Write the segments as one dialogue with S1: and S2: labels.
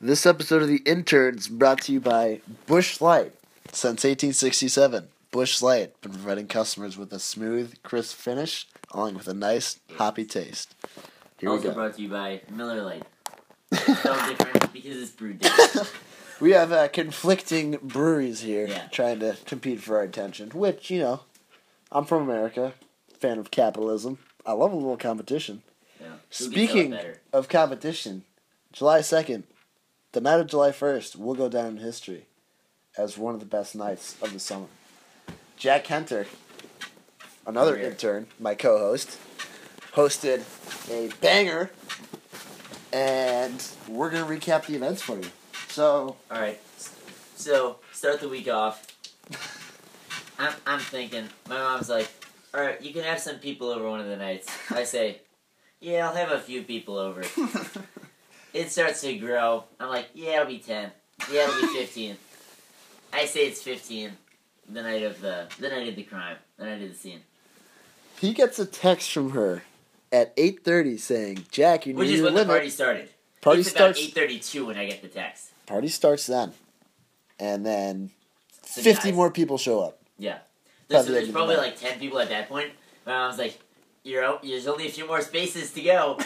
S1: This episode of The Interns brought to you by Bush Light. Since 1867, Bush Light been providing customers with a smooth, crisp finish along with a nice, hoppy taste. Here we
S2: also
S1: go.
S2: brought to you by Miller Lite. It's so different because it's brewed different.
S1: We have uh, conflicting breweries here
S2: Yeah.
S1: trying to compete for our attention, which, you know, I'm from America, fan of capitalism. I love a little competition.
S2: Yeah. Who gets out
S1: Speaking
S2: better?
S1: of competition, July 2nd, the night of July 1st, will go down in history as one of the best nights of the summer. Jack Hunter, another
S2: Come here.
S1: intern, my co host, hosted a banger, and we're going to recap the events for you. So,
S2: All right. s- So start the week off. I'm I'm thinking. My mom's like, all right, you can have some people over one of the nights. I say, yeah, I'll have a few people over. It starts to grow. I'm like, yeah, it'll be ten. Yeah, it'll be fifteen. I say it's fifteen. The night of the the night of the crime. The night of the scene.
S1: he gets a text from her at 8.30 saying, Jack, you
S2: Which
S1: need
S2: is
S1: to
S2: when the
S1: limit.
S2: party started.
S1: Party
S2: it's
S1: starts,
S2: about eight thirty two when I get the text.
S1: party starts then. And then
S2: So
S1: 50
S2: guys-
S1: more people show up.
S2: There's,
S1: Probably
S2: there's
S1: didn't
S2: probably
S1: know.
S2: like ten people at that point. My mom's like, "You're out, there's only a few more spaces to go."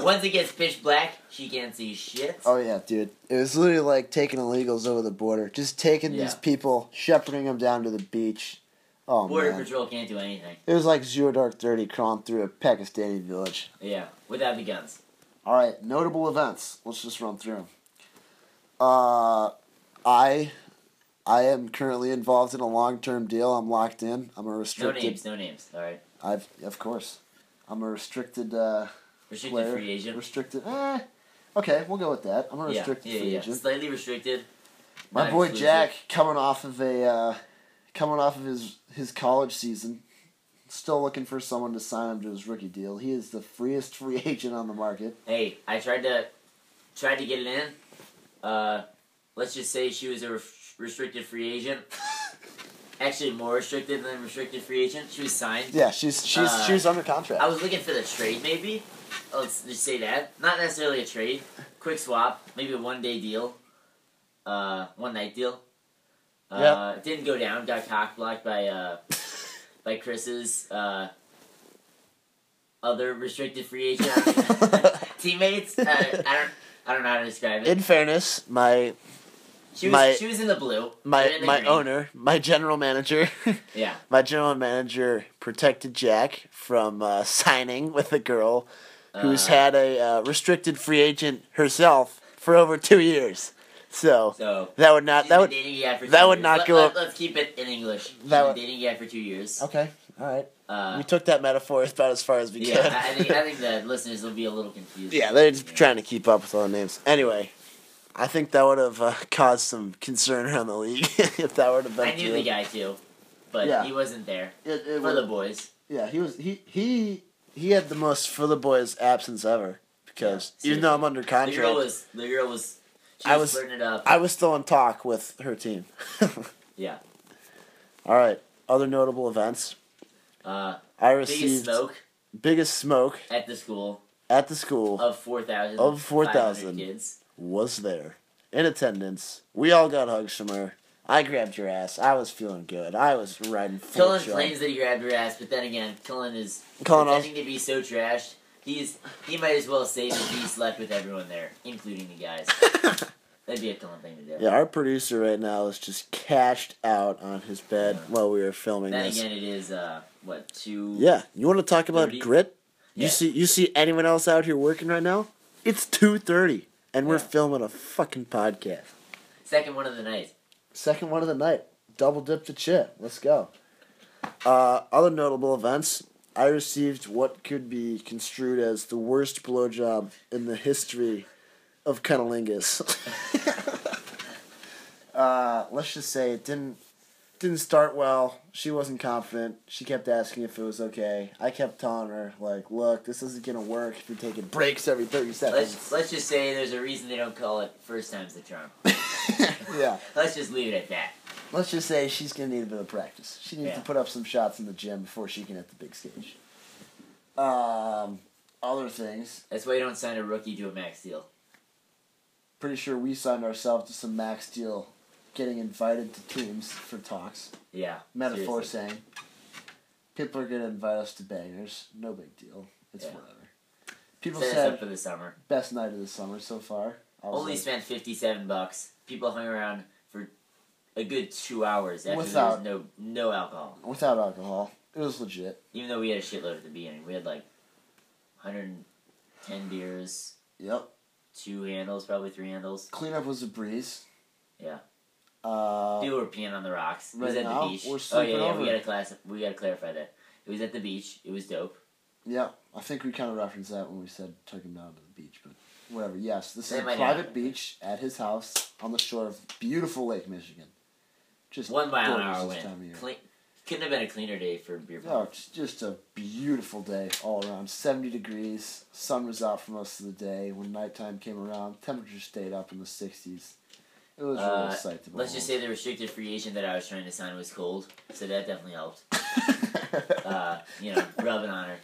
S2: Once it gets pitch black, she can't see shit.
S1: Oh yeah, dude. It was literally like taking illegals over the border, just taking these
S2: Yeah.
S1: people, shepherding them down to the beach. Oh
S2: Border
S1: man,
S2: patrol can't do anything.
S1: it was like zero dark thirty crawling through a Pakistani village.
S2: Yeah, without the guns.
S1: All right, notable events. Let's just run through them. Uh, I, I am currently involved in a long term deal. I'm locked in. I'm a
S2: No
S1: restricted.
S2: names, no names. All right,
S1: I've of course, I'm a restricted. Uh,
S2: restricted
S1: player.
S2: free agent.
S1: Restricted. Eh, okay, we'll go with that. I'm a
S2: yeah,
S1: restricted
S2: yeah,
S1: free
S2: yeah.
S1: agent.
S2: Slightly restricted.
S1: My
S2: Not
S1: boy
S2: exclusive.
S1: Jack coming off of a uh, coming off of his his college season, still looking for someone to sign him to his rookie deal. He is the freest free agent on the market.
S2: Hey, I tried to tried to get it in. Uh, let's just say she was a ref- restricted free agent. Actually, more restricted than restricted free agent. She was signed.
S1: Yeah, she's she's
S2: Uh,
S1: she's under contract.
S2: I was looking for the trade, maybe. Oh, Let's just say that. Not necessarily a trade. Quick swap, maybe a one day deal, uh, one night deal. Uh, it Didn't go down. Got cock blocked by uh, by Chris's uh, other restricted free agent teammates. Uh, I don't. I don't know how to describe it.
S1: In fairness, my
S2: She was
S1: my-
S2: she was in the blue. They're
S1: my
S2: in the
S1: my
S2: green.
S1: owner, my general manager,
S2: Yeah.
S1: my general manager protected Jack from uh, signing with a girl who's
S2: Uh,
S1: had a uh, restricted free agent herself for over two years. So
S2: So.
S1: that would not that
S2: she's been
S1: would
S2: dating a guy for two
S1: that would
S2: years.
S1: not
S2: Let-
S1: go
S2: let-
S1: up-
S2: Let's keep it in English. She's
S1: That
S2: been
S1: would-
S2: dating a guy for two years.
S1: okay. All right.
S2: Uh,
S1: we took that metaphor about as far as we
S2: Yeah,
S1: could.
S2: I I think I think the listeners will be a little confused.
S1: yeah, they're just trying to keep up with all the names. Anyway, I think that would have uh, caused some concern around the league if that would have been.
S2: I knew the guy too, but
S1: Yeah.
S2: he wasn't there
S1: It, it
S2: for
S1: would-
S2: the boys.
S1: yeah, he was he he he had the most for the boys absence ever because
S2: Yeah,
S1: even though I'm under
S2: The girl
S1: contract,
S2: was the girl was. She
S1: I
S2: was,
S1: was-
S2: flirting it up.
S1: I was still in talk with her team.
S2: Yeah.
S1: All right. Other notable events.
S2: Uh,
S1: I
S2: biggest
S1: received
S2: smoke
S1: biggest smoke
S2: at the school
S1: at the school
S2: of four thousand
S1: Of 4,000.
S2: kids.
S1: was there in attendance. We all got hugs from her. I grabbed your ass. I was feeling good. I was riding full
S2: Cullen
S1: joy.
S2: claims that he grabbed her ass, but then again, Cullen is
S1: Cullen
S2: pretending to be so trashed. He's he might as well say that he slept with everyone there, including the guys. That'd be a Cullen thing to do.
S1: Yeah, our producer right now is just cashed out on his bed
S2: Yeah.
S1: while we were filming
S2: Then
S1: this.
S2: again, it is uh what two?
S1: Yeah, you want to talk about
S2: 30?
S1: grit? You
S2: Yeah.
S1: see, you see anyone else out here working right now? It's two thirty, and we're
S2: Yeah.
S1: filming a fucking podcast.
S2: Second one of the night.
S1: Second one of the night. Double dip the chip. Let's go. Uh, other notable events. I received what could be construed as the worst blowjob in the history of cunnilingus. uh, let's just say it didn't didn't start well. She wasn't confident. She kept asking if it was okay. I kept telling her like, "Look, this isn't gonna work if you're taking breaks every thirty seconds."
S2: Let's let's just say there's a reason they don't call it first time's the charm.
S1: yeah.
S2: Let's just leave it at that.
S1: Let's just say she's gonna need a bit of practice. She needs
S2: Yeah.
S1: to put up some shots in the gym before she can hit the big stage. Um, other things.
S2: That's why you don't sign a rookie to a max deal.
S1: pretty sure we signed ourselves to some max deal, getting invited to teams for talks.
S2: Yeah.
S1: Metaphor
S2: seriously.
S1: saying, people are gonna invite us to bangers. No big deal. It's
S2: Yeah.
S1: whatever. People
S2: Set us up for
S1: said
S2: the summer.
S1: best night of the summer so far. I was
S2: Only
S1: like,
S2: spent fifty-seven bucks. People hung around for a good two hours after
S1: Without-
S2: there was no no alcohol.
S1: without alcohol. It was legit.
S2: Even though we had a shitload at the beginning, we had like, hundred and ten beers,
S1: Yep.
S2: two handles, probably three handles.
S1: Cleanup was a breeze.
S2: Yeah.
S1: Uh,
S2: People were peeing on the rocks. It was
S1: right
S2: at
S1: now,
S2: the beach.
S1: we're
S2: oh yeah,
S1: sleeping
S2: yeah.
S1: over
S2: We gotta
S1: it.
S2: class. We gotta clarify that. It was at the beach. It was dope.
S1: Yeah, I think we kind of referenced that when we said took him down to the beach, but whatever. Yes, this is
S2: That
S1: a
S2: might
S1: private
S2: happen.
S1: beach at his house on the shore of beautiful Lake Michigan. Just
S2: One mile an
S1: gorgeous
S2: hour
S1: this time of
S2: win.
S1: year.
S2: Clean, couldn't have been a cleaner day for beer.
S1: Oh,
S2: pong.
S1: it's just a beautiful day all around. 70 degrees. Sun was out for most of the day. When nighttime came around, temperature stayed up in the 60s. It was
S2: Uh,
S1: really a sight to behold.
S2: Let's just say the restricted free agent that I was trying to sign was cold, so that definitely helped. Uh, you know, rubbing on her.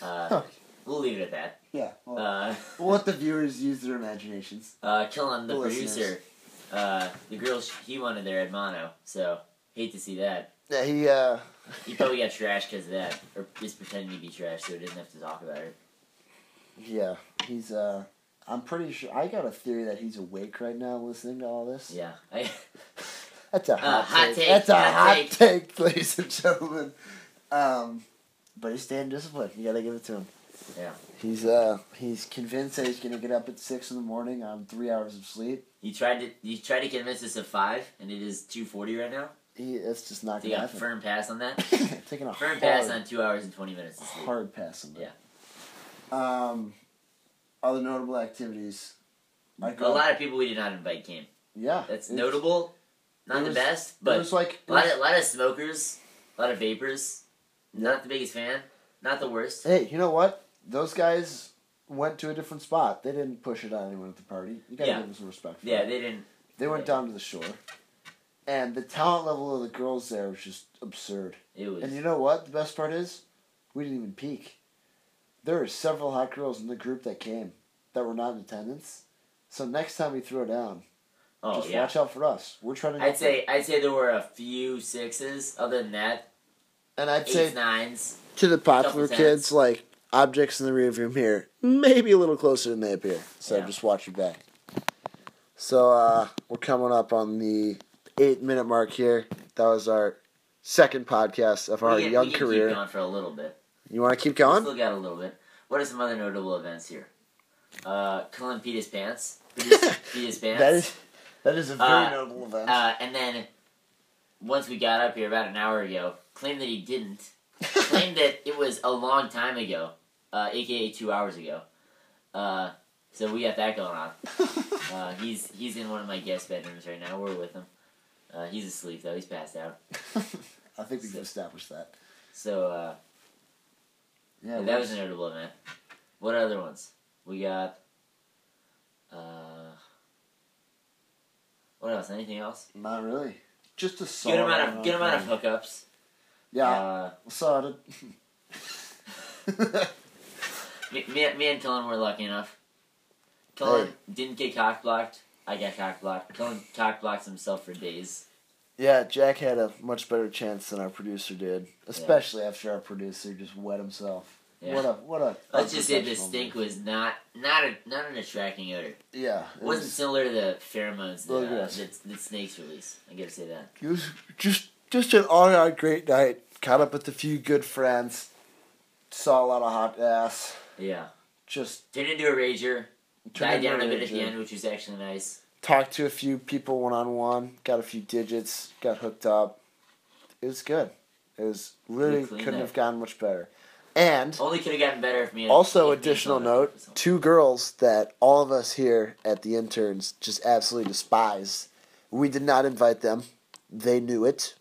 S2: Uh, we'll leave it at that.
S1: yeah. Well,
S2: Uh,
S1: we'll let the viewers use their imaginations.
S2: uh, Killen, the
S1: The listeners.
S2: producer, uh, the girl sh- he wanted there at Mono, so hate to see that.
S1: Yeah, he, uh,
S2: He probably got trashed because of that, or just pretending to be trashed so he didn't have to talk about it.
S1: yeah, he's, uh, I'm pretty sure, I got a theory that he's awake right now listening to all this.
S2: Yeah. I,
S1: That's a hot,
S2: hot
S1: take.
S2: take,
S1: That's a
S2: hot
S1: hot
S2: take.
S1: take. ladies and gentlemen. Um, but he's staying disciplined. You gotta give it to him.
S2: Yeah.
S1: He's uh he's convinced that he's gonna get up at six in the morning on three hours of sleep.
S2: you tried to you tried to convince us of five, and it is two forty right now.
S1: He that's just not
S2: So you
S1: gonna
S2: got a
S1: happen.
S2: firm pass on that.
S1: Taking a
S2: Firm
S1: hard,
S2: pass on two hours and twenty minutes. Of sleep.
S1: hard pass on that.
S2: Yeah.
S1: Yeah. Um, other notable activities. I
S2: A lot of people we did not invite came.
S1: Yeah.
S2: That's
S1: it-
S2: notable. Not
S1: it
S2: the
S1: was-
S2: best,
S1: It
S2: but
S1: was like
S2: a lot, of, a lot of smokers, a lot of vapors.
S1: Yeah.
S2: Not the biggest fan. Not the worst.
S1: hey, you know what? Those guys went to a different spot. They didn't push it on anyone at the party. You gotta
S2: Yeah.
S1: give them some respect. For
S2: Yeah,
S1: that.
S2: they didn't.
S1: They went
S2: Yeah.
S1: down to the shore, and the talent level of the girls there was just absurd.
S2: It was.
S1: And you know what? The best part is, we didn't even peek. There were several hot girls in the group that came that were not in attendance. So next time we throw down,
S2: oh
S1: just
S2: yeah.
S1: watch out for us. We're trying to.
S2: I'd say I'd say there were a few sixes. Other than that,
S1: and I'd
S2: eights,
S1: say
S2: nines.
S1: to the
S2: popular
S1: popular
S2: couple kids,
S1: kids, like objects in the rearview mirror, maybe a little closer than they appear. So
S2: Yeah.
S1: just watch your back. So uh, we're coming up on the eight minute mark here. That was our second podcast of
S2: We
S1: our
S2: can- we
S1: young
S2: can keep
S1: career.
S2: going for a little bit.
S1: You want to keep
S2: We
S1: going?
S2: Still got a little bit. What are some other notable events here? Uh, Cullen peed his pants. Peed his pants.
S1: That is that is a very
S2: Uh,
S1: notable event.
S2: Uh, and then once we got up here about an hour ago, claimed that he didn't. claimed that it was a long time ago, uh, aka two hours ago. Uh, so we got that going on. Uh, he's he's in one of my guest bedrooms right now. We're with him. Uh, he's asleep though. He's passed out.
S1: I think we've established that.
S2: So uh,
S1: Yeah,
S2: that was a notable event. What other ones? We got. Uh, what else? Anything else?
S1: not really. Just a solid
S2: Good amount of good amount of hookups.
S1: uh, um, yeah,
S2: Uh,
S1: solid.
S2: Me, me, me and Cullen were lucky enough. Cullen
S1: Hey.
S2: didn't get cock blocked. I got cock blocked. Cullen cock blocks himself for days.
S1: yeah, Jack had a much better chance than our producer did, especially after our producer just wet himself.
S2: Yeah.
S1: What a what a.
S2: Let's just say the
S1: unprofessional
S2: stink
S1: move.
S2: was not not a, not an attracting odor.
S1: Yeah,
S2: It wasn't similar to the pheromones that,
S1: Oh,
S2: uh,
S1: yes.
S2: that, that snakes release. I gotta say that.
S1: It was just just an all out great night. Caught up with a few good friends. Saw a lot of hot ass.
S2: Yeah.
S1: Just
S2: Turned into a rager.
S1: turned
S2: died down
S1: into
S2: a bit at the
S1: rager.
S2: end, which was actually nice.
S1: talked to a few people one on one, got a few digits, got hooked up. It was good. It was really
S2: Good cleanup.
S1: couldn't have gone much better. And
S2: Only could have gotten better if me. and-
S1: also,
S2: if me and
S1: additional
S2: Cullen-
S1: note: two girls that all of us here at the interns just absolutely despise. We did not invite them. They knew it.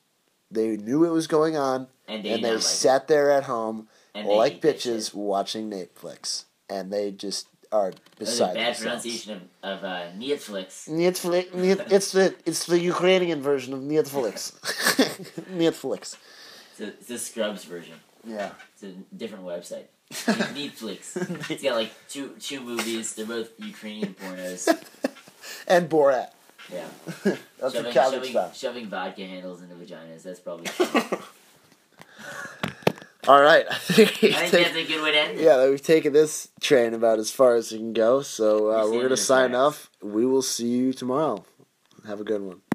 S1: They knew it was going on,
S2: and they,
S1: and they
S2: sat
S1: sat there at home
S2: and they
S1: like
S2: hate that shit.
S1: bitches watching Netflix, and they just are
S2: That was
S1: beside
S2: a bad
S1: themselves.
S2: pronunciation of, of uh, Netflix.
S1: Netflix, net, it's the it's the Ukrainian version of Netflix. Netflix.
S2: It's a, it's a Scrubs version.
S1: Yeah.
S2: It's a different website. Netflix. It's got like two two movies. They're both Ukrainian pornos.
S1: and Borat.
S2: Yeah.
S1: That's
S2: shoving,
S1: what cabbage
S2: shoving,
S1: style.
S2: shoving vodka handles into vaginas. That's probably.
S1: All right, I think, we
S2: I think
S1: take-
S2: that's a good way to end. it.
S1: yeah, that we've taken this train about as far as it can go. So uh,
S2: We've seen
S1: we're
S2: it in
S1: gonna
S2: the
S1: sign
S2: tracks.
S1: off. We will see you tomorrow. Have a good one.